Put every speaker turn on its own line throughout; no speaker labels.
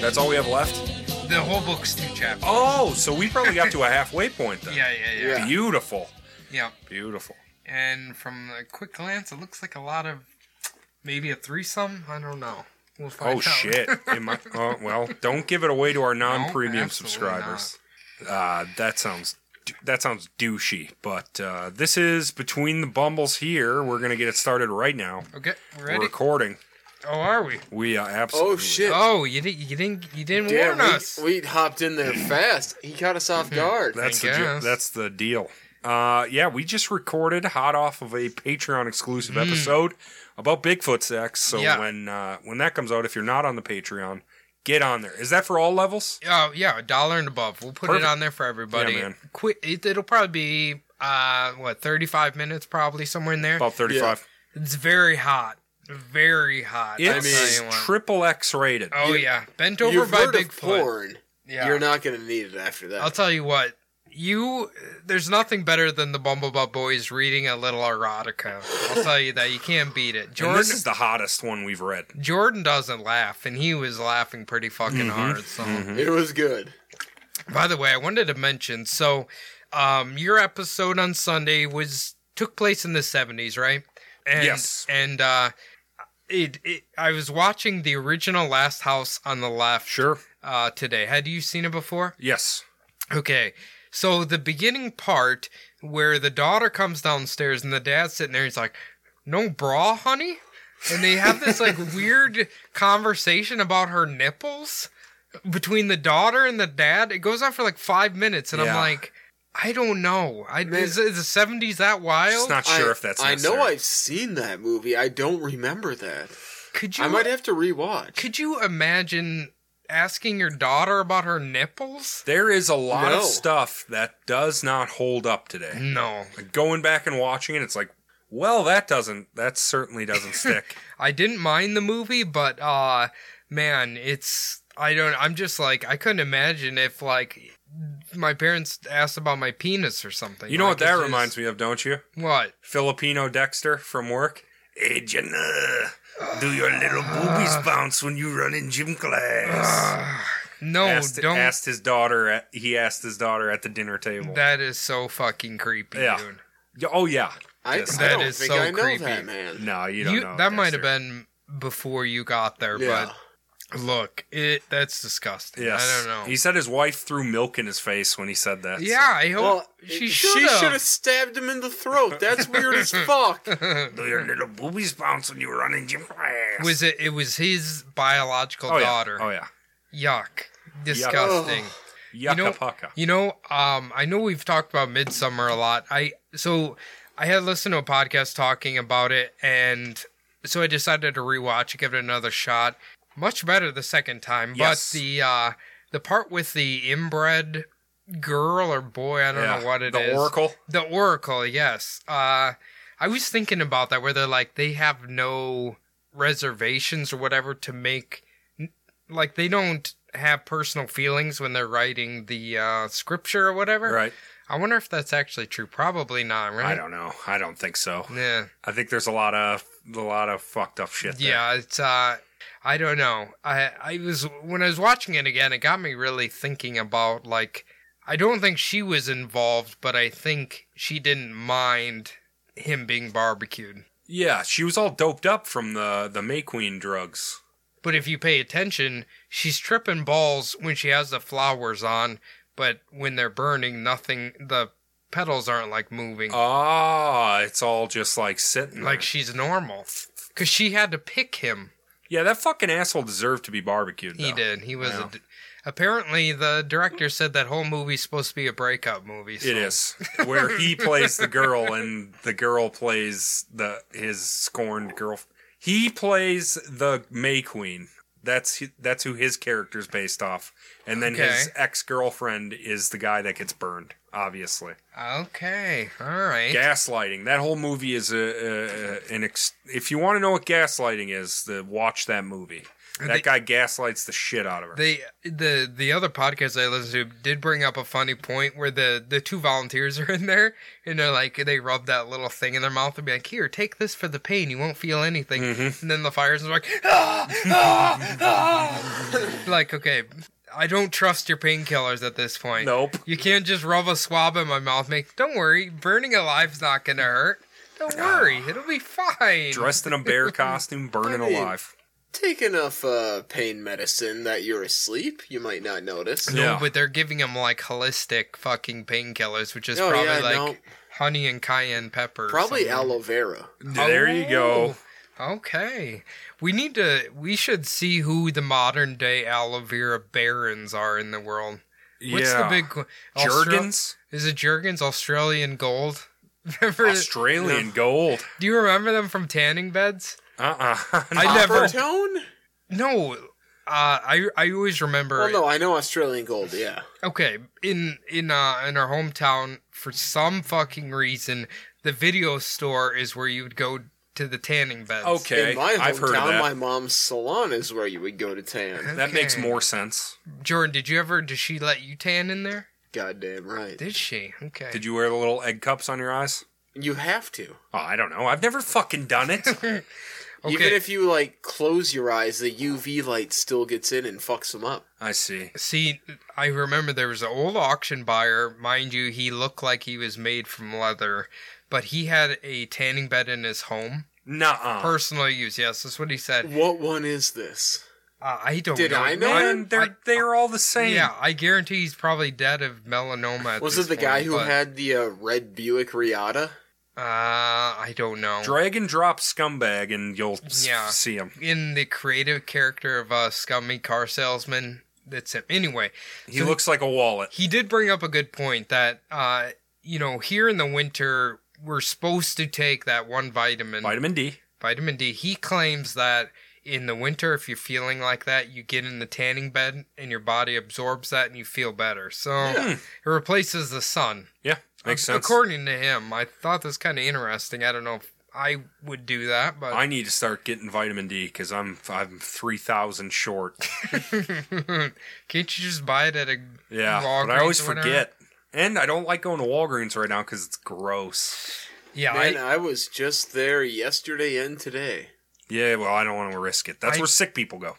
That's all we have left?
The whole book's two chapters.
Oh, so we probably got to a halfway point then.
Yeah, yeah, yeah,
Yeah.
Beautiful.
yeah.
Beautiful.
And from a quick glance, it looks like a lot of maybe a threesome. I don't know. We'll find
Oh,
out.
shit. Am I, oh, well, don't give it away to our non premium
absolutely
subscribers. Uh, that sounds. That sounds douchey, but uh, this is Between the Bumbles here. We're going to get it started right now.
okay, we're
We're
ready.
recording.
oh, are we?
We uh, absolutely.
Oh shit!
Oh, you didn't. You didn't. You didn't
Damn,
warn
we,
us.
we hopped in there fast. He caught us
Mm-hmm.
off guard.
That's
I
the ju-
guess.
that's the deal. Uh, yeah, we just recorded hot off of a Patreon exclusive episode about Bigfoot sex. So
Yeah.
when uh, when that comes out, if you're not on the Patreon, get on there. Is that for all levels?
Oh yeah, a dollar and above. We'll put
Perfect.
it on there for everybody.
Yeah, man.
Qui- it, it'll probably be uh what thirty five minutes, probably somewhere in there.
About thirty five.
It's very hot, very hot. I'll
It's
tell you what.
triple X rated.
oh yeah, bent over
You've
by
heard of
Bigfoot.
porn.
Yeah,
You're not gonna need it after that.
I'll tell you what. You, there's nothing better than the Bumblebutt Boys reading a little erotica. I'll tell you that you can't beat it.
and
Jordan,
this is the hottest one we've read.
Jordan doesn't laugh, and he was laughing pretty fucking
Mm-hmm.
hard. So.
it was good.
By the way, I wanted to mention so um your episode on Sunday was took place in the 70s, right? And
Yes.
and uh it, it I was watching the original Last House on the Left
Sure.
uh today. Had you seen it before?
Yes.
Okay. So the beginning part where the daughter comes downstairs and the dad's sitting there, he's like, No bra, honey? And they have this like weird conversation about her nipples between the daughter and the dad. It goes on for like five minutes, and I'm
Yeah.
like, I don't know. I, is, is the seventies that wild?
Just not sure
I,
if that's.
I know
necessary.
I've seen that movie. I don't remember that.
could you
I might have to rewatch.
could you imagine asking your daughter about her nipples?
There is a lot of
No.
stuff that does not hold up today.
No,
Like going back and watching it, it's like, well, that doesn't. That certainly doesn't stick.
I didn't mind the movie, but uh man, it's I don't I'm just like I couldn't imagine if like my parents asked about my penis or something.
You know
Like,
what that
it's
reminds
just-
me of, don't you?
What?
Filipino Dexter from work. Hey, Jenna, do your little boobies
Ah.
bounce when you run in gym class?
No,
asked,
don't
asked his daughter. At, he asked his daughter at the dinner table.
That is so fucking creepy,
Yeah.
dude.
Y- oh yeah,
I, I
Yes.
That
don't
is
think
so
I know
creepy.
that man.
no, you don't
You-
know.
that might have
Dexter.
been before you got there,
Yeah.
but look, it that's disgusting.
Yes.
I don't know.
He said his wife threw milk in his face when he said that. so-
yeah, I hope
Well,
she
she
should
should have
have.
stabbed him in the throat. That's weird as fuck.
Do your little boobies bounce when you run in gym class?
Was it? It was his biological
oh, yeah.
daughter.
Oh yeah.
Yuck! Disgusting.
Yucca
know-
pucka.
You know, um, I know we've talked about Midsummer a lot. I so I had listened to a podcast talking about it, and so I decided to rewatch, give it another shot. Much better the second time,
Yes.
but the uh, the part with the inbred girl or boy, I don't
Yeah.
know what it is.
the Oracle.
The Oracle, yes. Uh, I was thinking about that, where they're like they have no reservations or whatever to make, like they don't have personal feelings when they're writing the uh, scripture or whatever.
Right.
I wonder if that's actually true. Probably not, right?
I don't know. I don't think so.
Yeah,
I think there's a lot of a lot of fucked up shit. There.
yeah. It's uh, I don't know. I I was when I was watching it again, it got me really thinking about like I don't think she was involved, but I think she didn't mind him being barbecued.
Yeah, she was all doped up from the the May Queen drugs.
But if you pay attention, she's tripping balls when she has the flowers on, but when they're burning, nothing, the petals aren't like moving.
Ah, it's all just like sitting.
like
there.
she's normal. Because she had to pick him.
yeah, that fucking asshole deserved to be barbecued.
He
though.
did. He was.
Yeah.
A d- apparently, the director said that whole movie's supposed to be a breakup movie. so-
It is where he plays the girl and the girl plays the his scorned girl. He plays the May Queen. That's hi- that's who his character's based off, and then his
Okay.
ex girlfriend is the guy that gets burned. Obviously,
Okay. All right.
gaslighting. That whole movie is a, a, a an ex- if you want to know what gaslighting is, the, watch that movie. That
They-
guy gaslights the shit out of her.
They the the other podcast I listened to did bring up a funny point where the the two volunteers are in there and they're like they rub that little thing in their mouth and be like here take this for the pain you won't feel anything
Mm-hmm.
and then the fires are like ah, ah, ah." like okay I don't trust your painkillers at this point
nope.
you can't just rub a swab in my mouth make don't worry burning alive's not gonna hurt don't
Ah.
worry it'll be fine
Dressed in a bear costume, burning
I mean-
alive.
Take enough uh, pain medicine that you're asleep. You might not notice.
Yeah.
No, Oh, but they're giving him like holistic fucking painkillers, which is
Oh,
probably
yeah,
like
no.
honey and cayenne pepper. or
Probably
something.
aloe vera.
There you go.
Oh, Okay. We need to we should see who the modern day aloe vera barons are in the world. What's the
Yeah.
big one? Austra-
Jergens?
Is it Jergens Australian gold? Remember,
Australian gold.
do you remember them from tanning beds?
Uh uh
I never-
Tone?
No. Uh, I I always remember
Well, no, I know Australian gold. Yeah.
Okay, in in uh in our hometown, for some fucking reason, the video store is where you would go to the tanning beds.
Okay.
In my
I've heard of
hometown,
that.
my mom's salon is where you would go to tan.
That makes
Okay.
more sense.
Jordan, did you ever? Did she let you tan in there?
Goddamn right.
Did she? Okay.
Did you wear the little egg cups on your eyes?
You have to.
Oh, I don't know. I've never fucking done it.
okay.
Even if you like close your eyes, the UV light still gets in and fucks them up.
I see.
See, I remember there was an old auction buyer, mind you, he looked like he was made from leather, but he had a tanning bed in his home,
Nuh-uh.
personal use. Yes, that's what he said.
What one is this?
Uh, I don't.
Did
know.
I know
Man, they're they're all the same.
Yeah, I guarantee he's probably dead of melanoma. At
Was
this
it the guy
point,
who
but-
had the uh, red Buick Riata?
Uh, I don't know.
Drag and drop scumbag, and you'll s-
Yeah.
see him.
In the creative character of a scummy car salesman, that's him. Anyway,
He
So-
looks like a wallet.
he did bring up a good point that, uh, you know, here in the winter, we're supposed to take that one vitamin,
Vitamin D.
vitamin D. He claims that in the winter, if you're feeling like that, you get in the tanning bed and your body absorbs that and you feel better. So
Yeah.
it replaces the sun.
Yeah, makes
Ac-
sense.
According to him, I thought that's kind of interesting. I don't know if I would do that, but
I need to start getting vitamin D because I'm I'm three thousand short.
Can't you just buy it at a
Yeah, but
Walgreens
I always
or whatever?
forget. And I don't like going to Walgreens right now because it's gross.
Yeah,
Man,
I,
I, was just there yesterday and today.
Yeah, well, I don't want to risk it. That's
I-
where sick people go.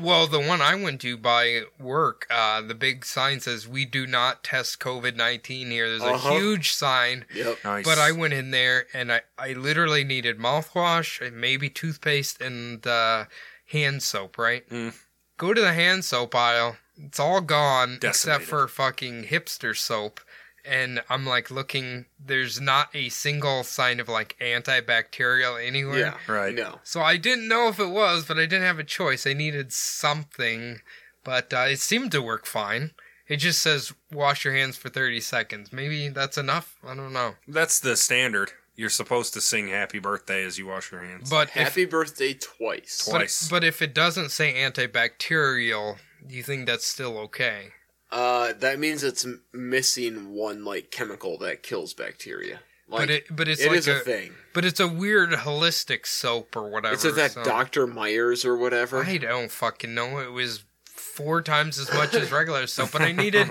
well, the one I went to by work, uh, the big sign says we do not test COVID nineteen here. There's
Uh-huh.
a huge sign,
Yep.
Nice.
but I went in there and I I literally needed mouthwash and maybe toothpaste and uh, hand soap. Right,
Mm.
go to the hand soap aisle. It's all gone except
Decimated.
for fucking hipster soap. And I'm like looking. There's not a single sign of like antibacterial anywhere.
Yeah.
right.
No.
So I didn't know if it was, but I didn't have a choice. I needed something, but uh, it seemed to work fine. It just says wash your hands for 30 seconds. Maybe that's enough. I don't know.
That's the standard. You're supposed to sing "Happy Birthday" as you wash your hands.
But if,
Happy birthday twice.
Twi-
but,
Twice.
but if it doesn't say antibacterial, do you think that's still okay?
Uh, that means it's m- missing one like chemical that kills bacteria. Like
but it but it's
it
like
is
a,
a, thing.
but it's a weird holistic soap or whatever.
It's at that
so-
Dr. Myers or whatever.
I don't fucking know. It was four times as much as regular soap, but I needed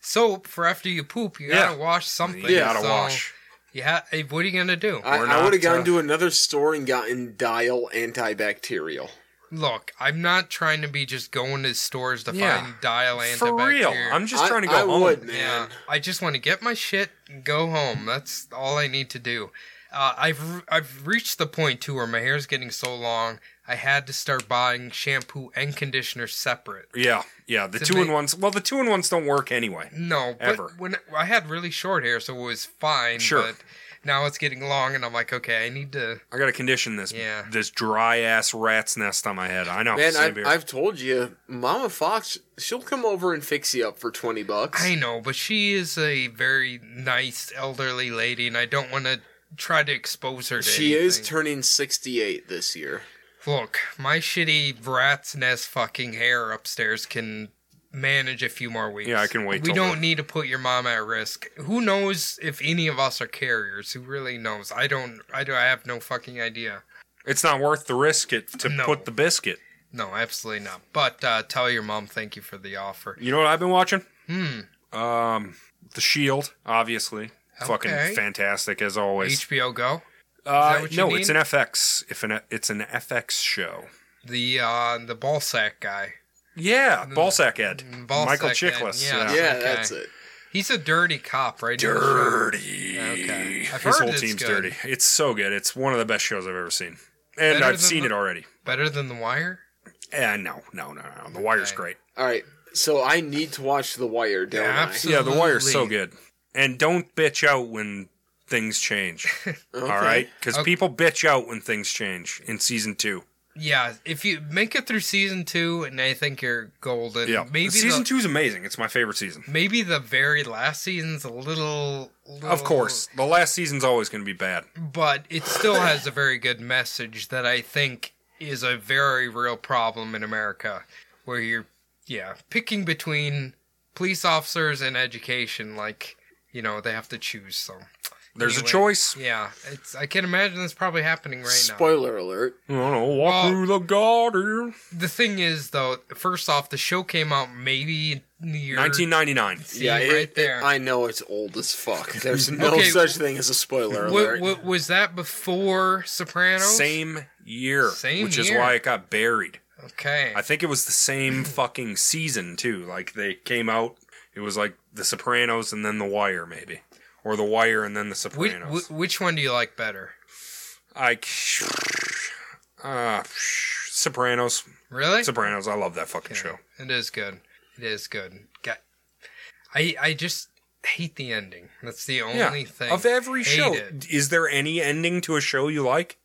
soap for after you poop. You
Yeah.
gotta wash something.
you
Yeah.
gotta
so-
wash.
Yeah, hey, what are you gonna do?
I,
We're
I would
not,
have gone
uh,
to another store and gotten Dial antibacterial.
Look, I'm not trying to be just going to stores to
Yeah.
find dial antibacterial.
For real, I'm just
I-
trying to go
I
home.
would, man.
yeah, I just want to get my shit and go home. That's all I need to do. Uh, I've re- I've reached the point too where my hair's getting so long, I had to start buying shampoo and conditioner separate.
Yeah, yeah. The
To
two in
make-
ones. Well, the two in ones don't work anyway.
No, but
Ever.
when I had really short hair, so it was fine.
Sure.
But now it's getting long, and I'm like, okay, I need to.
I gotta condition this.
Yeah.
This dry ass rat's nest on my head. I
Oh,
know.
Man,
same here.
I've, I've told you, Mama Fox, she'll come over and fix you up for 20 bucks.
I know, but she is a very nice elderly lady, and I don't want to try to expose her to.
she is
anything.
turning 68 this year.
Look, my shitty rat's nest fucking hair upstairs can manage a few more weeks.
Yeah, I can wait
We
till
don't
then.
need to put your mom at risk. Who knows if any of us are carriers? Who really knows? I don't. I do. I have no fucking idea.
it's not worth the risk it, to
No.
put the biscuit.
No, absolutely not. But uh, tell your mom thank you for the offer.
You know what I've been watching?
Hmm.
Um, The Shield, obviously.
Okay.
Fucking fantastic as always.
HBO Go.
uh,
what you
no,
mean?
it's an FX. If an it's an FX show.
The uh, the ball sack guy.
Yeah, Ballsack Ed,
Ballsack
Michael
Ed,
Chiklis.
yeah.
Yeah,
Yeah,
Okay.
that's it.
He's a dirty cop, right?
dirty.
Okay. I've
His
heard
whole
it's
team's
good.
dirty. It's so good. It's one of the best shows I've ever seen, and
Better
I've
than
seen
the-
it already.
Better than The Wire?
Eh, no, no, no, no. The Wire's
Okay.
great.
All right, so I need to watch The Wire, don't
Yeah,
I?
absolutely.
Yeah, The Wire's so good. And don't bitch out when things change.
Okay.
All right, because
Okay.
people bitch out when things change in season two.
Yeah. If you make it through season two, and I think you're golden.
Yeah,
Maybe
season
the,
two is amazing. It's my favorite season.
Maybe the very last season's a little, little
Of course, the last season's always going to be bad.
but it still has a very good message that I think is a very real problem in America, where you're, yeah, picking between police officers and education. Like, you know, they have to choose. So
There's
Anyway,
a choice.
Yeah, it's. I can imagine that's probably happening right now.
Spoiler alert.
I don't know. Walk
Well-
through the garden.
The thing is, though, first off, the show came out maybe near
1999.
See,
yeah, it-
right
it-
there.
I know it's old as fuck. There's no
Okay.
such thing as a spoiler
Wa-
alert.
wa- was that before Sopranos?
Same year,
Same
which is
year.
why it got buried.
Okay.
I think it was the same fucking season too. Like they came out, it was like The Sopranos and then The Wire, maybe, or The Wire and then The
Which,
Sopranos.
wh- which one do you like better?
I, uh, Sopranos,
Really?
Sopranos. I love that fucking
Yeah,
show.
It is good. It is good. Got, I I just hate the ending. That's the only thing.
Of every
Hate
show,
it.
is there any ending to a show you like?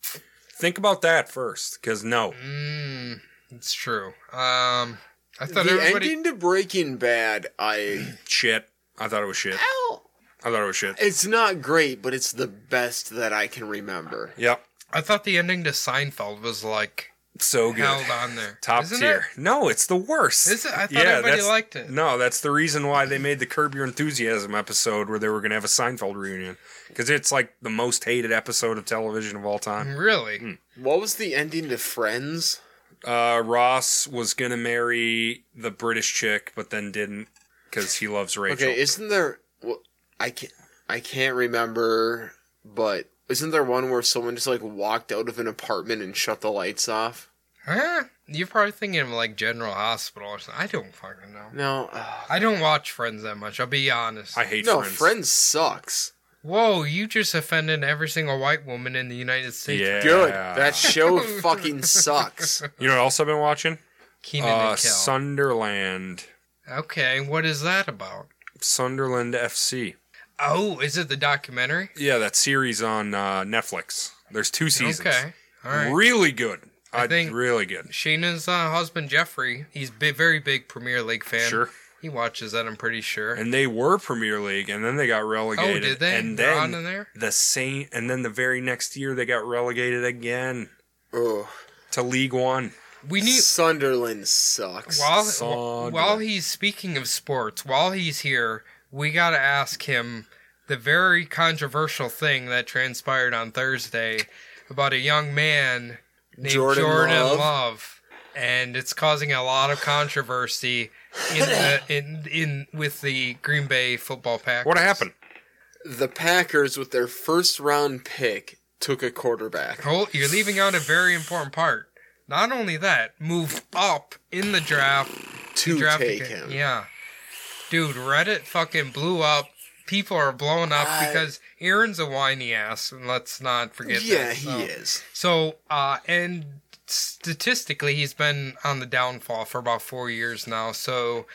Think about that first, because no,
Mm, it's true. Um, I thought
the
everybody.
ending to Breaking Bad, I
shit. I thought it was shit.
well,
I thought it was shit.
it's not great, but it's the best that I can remember.
Yep,
I thought the ending to Seinfeld was like
so good.
held on there.
Top
Isn't
tier. No, it's the worst.
It? Is it? I thought
Yeah,
everybody
that's-
liked it.
No, that's the reason why they made the Curb Your Enthusiasm episode where they were going to have a Seinfeld reunion because it's like the most hated episode of television of all time.
Really?
What was the ending to Friends?
Uh, Ross was going to marry the British chick, but then didn't because he loves Rachel.
Okay, isn't there? Well, I can't. I can't remember, but isn't there one where someone just like walked out of an apartment and shut the lights off?
Huh? You're probably thinking of like General Hospital or something. I don't fucking know.
No, ugh.
I don't watch Friends that much. I'll be honest.
I hate
no,
Friends.
Friends, sucks.
Whoa, you just offended every single white woman in the United States.
Yeah.
Good, that show fucking sucks.
you know what else I've been watching?
Keenan
Uh,
and Kel.
Sunderland.
Okay, what is that about?
Sunderland FC.
Oh, is it the documentary?
Yeah, that series on uh, Netflix. There's two seasons.
Okay, all right.
Really good.
I
I,
think-
think really good.
Sheena's uh, husband Jeffrey, he's a very big Premier League fan.
Sure.
he watches that. I'm pretty sure.
And they were Premier League, and then they got
oh,
relegated.
did they?
And
They're on in
then
there.
the same, and then the very next year they got relegated again
Ugh.
to League One.
We need
Sunderland sucks.
while
Sandra.
while he's speaking of sports, while he's here, we gotta ask him the very controversial thing that transpired on Thursday about a young man named Jordan,
Jordan
Love.
Love.
and it's causing a lot of controversy in the in in with the Green Bay football pack.
What happened?
The Packers with their first round pick took a quarterback.
Cole, you're leaving out a very important part. Not only that, move up in the draft
to
draft
take
pick.
him.
Yeah. Dude, Reddit fucking blew up. People are blowing up
I-
because Aaron's a whiny ass, and let's not forget
Yeah,
that.
he
so.
is.
So, uh, and statistically, he's been on the downfall for about four years now. So,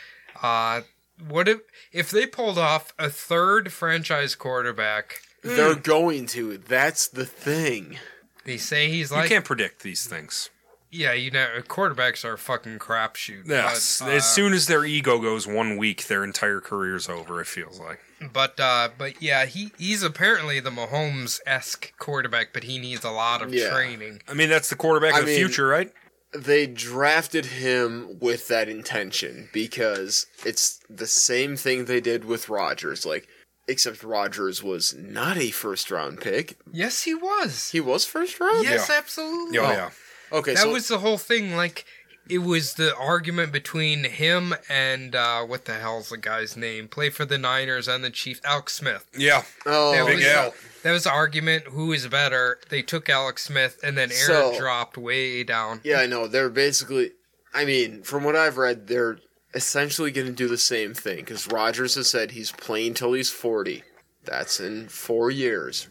uh, what if if they pulled off a third franchise quarterback?
They're going to. That's the thing.
They say he's
you
like,
can't predict these things.
yeah, you know, quarterbacks are a fucking crapshoot.
Yes.
but, uh,
as soon as their ego goes one week, their entire career's over. It feels like.
But uh, but yeah, he, he's apparently the Mahomes esque quarterback, but he needs a lot of
Yeah.
training.
I mean, that's the quarterback
I
of the
mean-
future, right?
They drafted him with that intention because it's the same thing they did with Rodgers. Like, except Rodgers was not a first round pick.
Yes, he was.
He was first round.
yes, absolutely.
oh,
Yeah, yeah.
Okay,
That
so
was the whole thing. Like it was the argument between him and uh, what the hell's the guy's name? Play for the Niners and the Chiefs, Alex Smith.
Yeah.
Oh,
That
Big
was,
Al.
that was the argument. Who is better? They took Alex Smith, and then Aaron
So-
dropped way down.
Yeah, I know. They're basically, I mean, from what I've read, they're essentially going to do the same thing because Rogers has said he's playing till he's 40. That's in four years.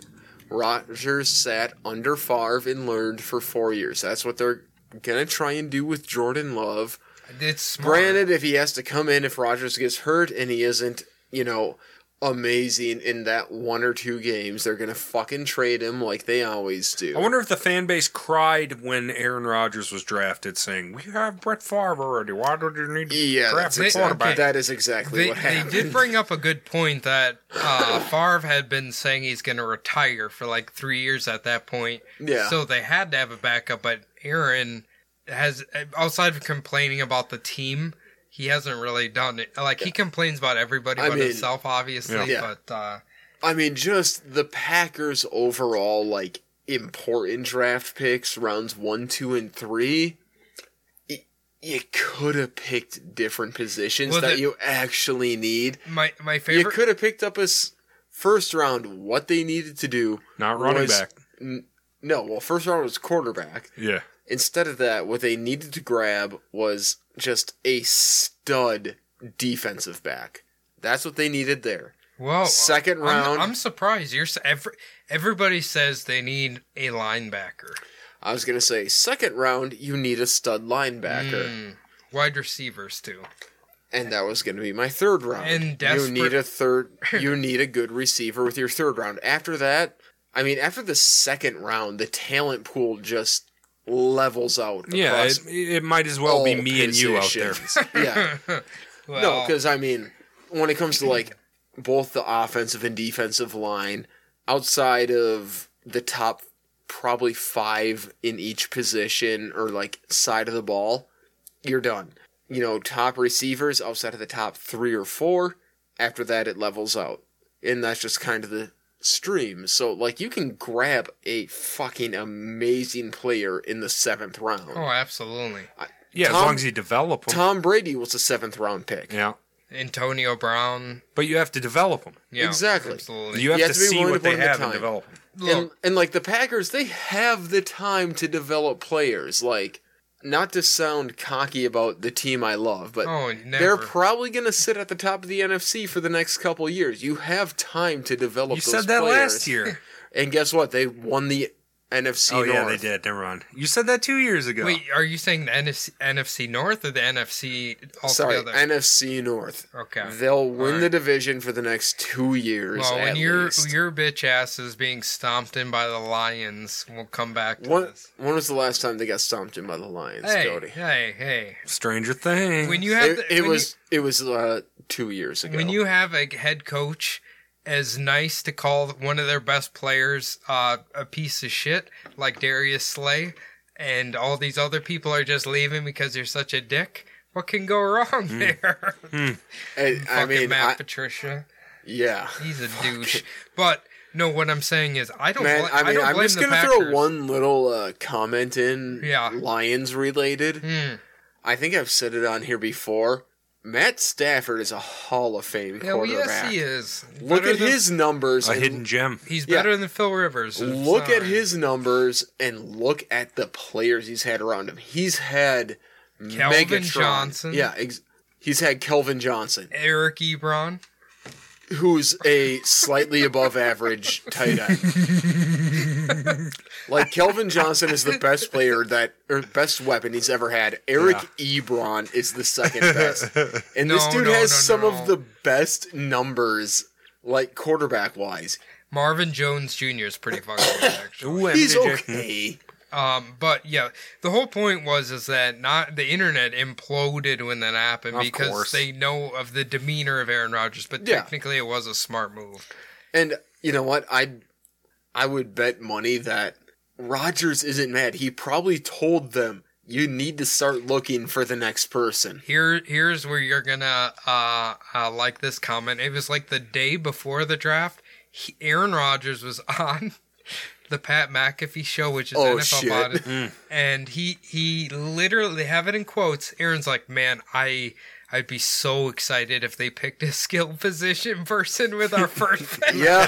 Rogers sat under Favre and learned for four years. That's what they're going to try and do with Jordan Love.
It's smart.
Granted, if he has to come in, if Rogers gets hurt and he isn't, you know, amazing in that one or two games, they're going to fucking trade him like they always do.
I wonder if the fan base cried when Aaron Rodgers was drafted, saying, "We have Brett Favre already. Why do you need to
yeah,
draft
that's
a
exactly-
quarterback?"
exactly, that is exactly
They,
what
they
happened.
did bring up a good point that uh, Favre had been saying he's going to retire for like three years at that point.
Yeah.
So they had to have a backup, but Aaron has, outside of complaining about the team, he hasn't really done it. Like he complains about everybody
I
but
mean-
himself, obviously.
Yeah. Yeah.
But uh,
I mean, just the Packers overall, like important draft picks, rounds one, two, and three. y- You could have picked different positions
Well,
that
the-
you actually need.
my my
You
favorite
could have picked up a s- first round. What they needed to do,
Not running
was-
back.
no. Well, first round was quarterback.
Yeah.
Instead of that, what they needed to grab was just a stud defensive back. That's what they needed there.
Whoa! uh,
Second
Oh, I'm-
round.
I'm, surprised. You're s- every, everybody says they need a linebacker,
I was gonna say second round, you need a stud linebacker.
Mm.
Hmm. wide receivers too.
and that was going to be my third round.
And
you
desperate-
need a third. You need a good receiver with your third round. After that, I mean, after the second round, the talent pool just levels out.
Yeah.
across
It, it might as well be
all
me and you out there.
positions. yeah, no,
Well,
because I mean, when it comes to like both the offensive and defensive line, outside of the top probably five in each position or like side of the ball, you're done. You know, top receivers outside of the top three or four. After that, it levels out, and that's just kind of the stream. So, like, you can grab a fucking amazing player in the seventh round.
oh, absolutely.
Yeah, as
Tom-
long as you develop them.
Tom Brady was a seventh round pick.
yeah.
Antonio Brown.
But you have to develop them.
Yeah,
Exactly.
Absolutely.
You have,
have
to,
to be
see
willing to
what they
put 'em to
have and
time.
develop 'em.
Look,
and, and like the Packers, they have the time to develop players. Like, not to sound cocky about the team I love, but
oh, never.
they're probably going to sit at the top of the NFC for the next couple of years. You have time to develop.
You
those
said that
players.
last year.
and guess what? They won the NFC.
oh yeah, they
North.
did. Never mind. You said that two years ago.
Wait, are you saying the NFC, NFC North or the NFC
Sorry,
altogether?
NFC North.
okay.
They'll win
Alright.
the division for the next two years.
well, when
at
your
least.
your bitch ass is being stomped in by the Lions, we'll come back to
when,
this.
when was the last time they got stomped in by the Lions,
Hey,
Cody?
hey, hey!
Stranger Things.
When you have
it
the,
it
when you-
was it was uh, two years ago.
when you have a head coach as nice to call one of their best players uh, a piece of shit like Darius Slay, and all these other people are just leaving because you're such a dick. What can go wrong there?
I, Hmm. I
Fucking
mean,
Matt
I-
Patricia,
yeah.
he's a douche. But no, what I'm saying is, I don't.
Man,
bl-
I mean,
don't
I am
blame
just
the
gonna throw
Packers.
one little uh, comment in.
Yeah.
Lions related.
Hmm.
I think I've said it on here before. Matt Stafford is a Hall of Fame
Hell
quarterback.
yes, he is.
Look
Better
at
than-
his numbers.
a
and
hidden gem.
He's
yeah.
better than Phil Rivers. uh, I'm
look at
sorry.
his numbers and look at the players he's had around him. He's had
Kelvin
Megatron.
Johnson.
Yeah, ex- he's had Kelvin Johnson,
Eric Ebron.
who's a slightly above average tight end. like Kelvin Johnson is the best player that or best weapon he's ever had. Eric Ebron is the second best. And this
No,
dude
no,
has
no,
some
no.
of the best numbers like quarterback wise.
Marvin Jones Jr. is pretty fucking good, actually.
Ooh,
He's
MJJ.
okay.
Um, but yeah, the whole point was is that not the internet imploded when that happened
Of
because
course.
they know of the demeanor of Aaron Rodgers. But
Yeah.
technically, it was a smart move.
And you know what? I I would bet money that Rogers isn't mad. He probably told them you need to start looking for the next person.
Here, here's where you're gonna uh, uh like this comment. It was like the day before the draft. He, Aaron Rodgers was on the Pat McAfee show, which is
Oh,
NFL
shit.
Pod, and he he literally they have it in quotes. Aaron's like, "Man, I I'd be so excited if they picked a skill position person with our first pick."
Yeah.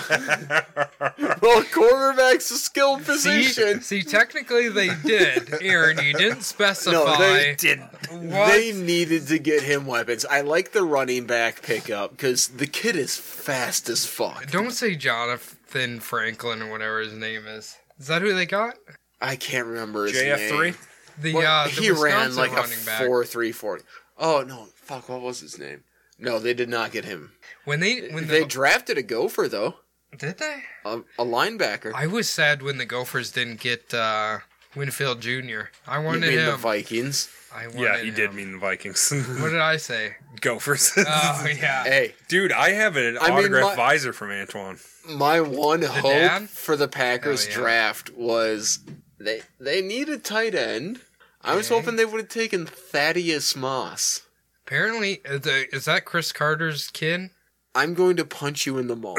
well, quarterback's a skilled
See,
position.
see, technically they did, Aaron. You didn't specify.
Didn't.
what?
They needed to get him weapons. I like the running back pickup because the kid is fast as fuck.
Don't say Jonathan Franklin or whatever his name is. Is that who they got?
I can't remember his name.
JF3?
The
Well,
uh, the
he ran
Wisconsin
like a
running back.
four three forty. Oh no! Fuck! What was his name? No, they did not get him.
When they when
they
the,
drafted a gopher though,
did they?
a, a linebacker.
I was sad when the Gophers didn't get uh, Winfield Jr. I
You
wanted
mean the
him.
Vikings?
I wanted
Yeah, he did
him.
mean the Vikings.
What did I say?
Gophers.
Oh yeah.
Hey,
Dude, I have an
mean,
autographed
my-
visor from Antoine.
my one hope
dad?
for the
Oh,
Packers
Hell yeah.
draft was they they need a tight end. I was
Okay.
hoping they would have taken Thaddeus Moss.
Apparently, uh, the, is that Chris Carter's kid?
I'm going to punch you in the mall.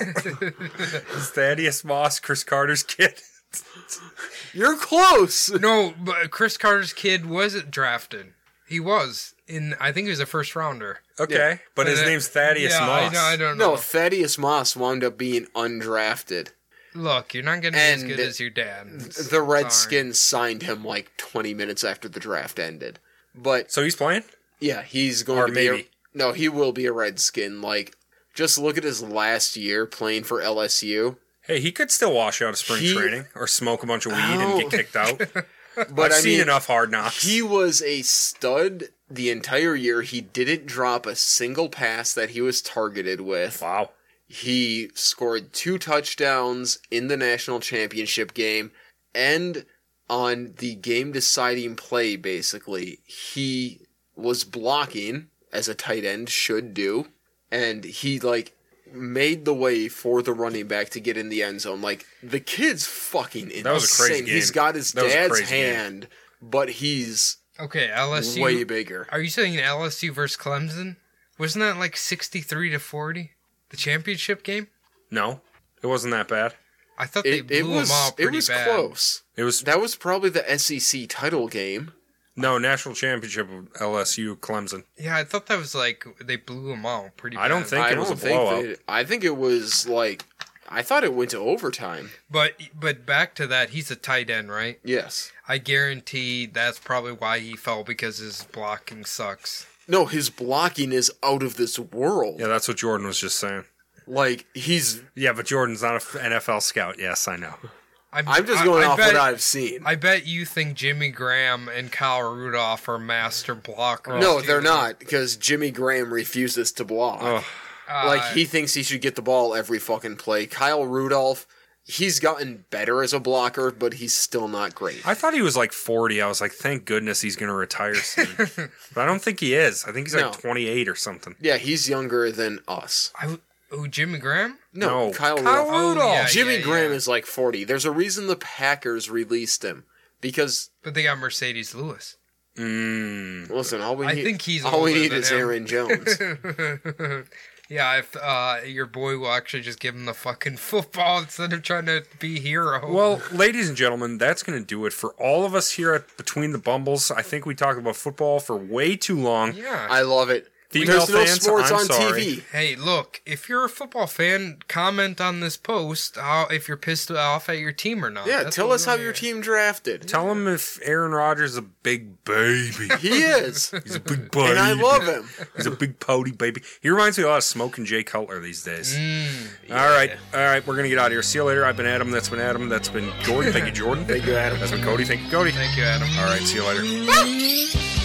Is Thaddeus Moss Chris Carter's kid?
You're close.
no, but Chris Carter's kid wasn't drafted. He was in. I think he was a first rounder.
Okay, but his
Uh,
name's Thaddeus
yeah,
Moss.
I, know, I don't know.
No, Thaddeus Moss wound up being undrafted.
Look, you're not going to be as
And
good as your dad.
The Redskins signed him like 20 minutes after the draft ended. But
So he's playing?
yeah, he's going
Or
to be
maybe.
a, no, he will be a Redskin. Like just look at his last year playing for LSU.
Hey, he could still wash out of spring
He-
training or smoke a bunch of weed
Ow.
and get kicked out.
But
I've
I
seen
mean,
enough hard knocks.
he was a stud the entire year. He didn't drop a single pass that he was targeted with.
wow.
He scored two touchdowns in the national championship game and on the game deciding play, basically. He was blocking, as a tight end should do, and he, like, made the way for the running back to get in the end zone. Like, the kid's fucking insane.
That was a crazy
He's
game.
got his
That was a
dad's
crazy game.
hand, but he's
Okay, LSU.
way bigger.
Are you saying LSU versus Clemson? Wasn't that like 63 to 40? The championship game?
No, it wasn't that bad.
I thought
It,
they
it
blew
was,
them all
it
pretty
was
bad.
close.
It was
That was probably the SEC title game.
no national championship of LSU Clemson.
Yeah, I thought that was like they blew them all pretty bad.
I don't think- it was a blowout.
that- I think it was like I thought it went to overtime.
But but back to that, he's a tight end, right?
Yes.
I guarantee that's probably why he fell because his blocking sucks.
No, his blocking is out of this world.
Yeah, that's what Jordan was just saying.
Like he's
Yeah, but Jordan's not an NFL scout. Yes, I know.
I'm just going
I
off
bet,
what I've seen.
I bet you think Jimmy Graham and Kyle Rudolph are master blockers.
no,
too.
they're not because Jimmy Graham refuses to block.
Oh,
Uh,
Like he thinks he should get the ball every fucking play. Kyle Rudolph, he's gotten better as a blocker, but he's still not great.
I thought he was like 40. I was like, thank goodness he's going to retire soon. but I don't think he is. I think he's
No.
like 28 or something.
Yeah, he's younger than us.
I w- oh, Jimmy Graham?
No,
No,
Kyle,
Kyle
Rudolph.
Oh,
Rudolph.
yeah,
Jimmy
yeah,
Graham
yeah.
is like 40. There's a reason the Packers released him because
But they got Mercedes Lewis.
Mm.
listen, all we
I
need,
think he's
all we
older
need
than
is
him.
Aaron Jones.
yeah, if uh, your boy will actually just give him the fucking football instead of trying to be hero.
Well, ladies and gentlemen, that's going to do it for all of us here at Between the Bumbles. I think we talked about football for way too long.
yeah.
I love it.
Female
There's no
fans,
sports
I'm
on
sorry.
TV.
hey, look, if you're a football fan, comment on this post how if you're pissed off at your team or not.
Yeah,
That's
tell
what
us
we
how
wanna
your
hear.
team drafted.
Tell him if Aaron Rodgers is a big baby.
He is,
He's a big baby.
and I love him.
He's a big potty baby. He reminds me a lot of Smoke and Jay Cutler these days.
Mm,
All right, all right, we're gonna get out of here. See you later. I've been Adam. That's been Adam. That's been Jordan. Thank you, Jordan.
Thank you, Adam.
That's been Cody. Thank you, Cody.
Thank you, Adam.
All right, see you later.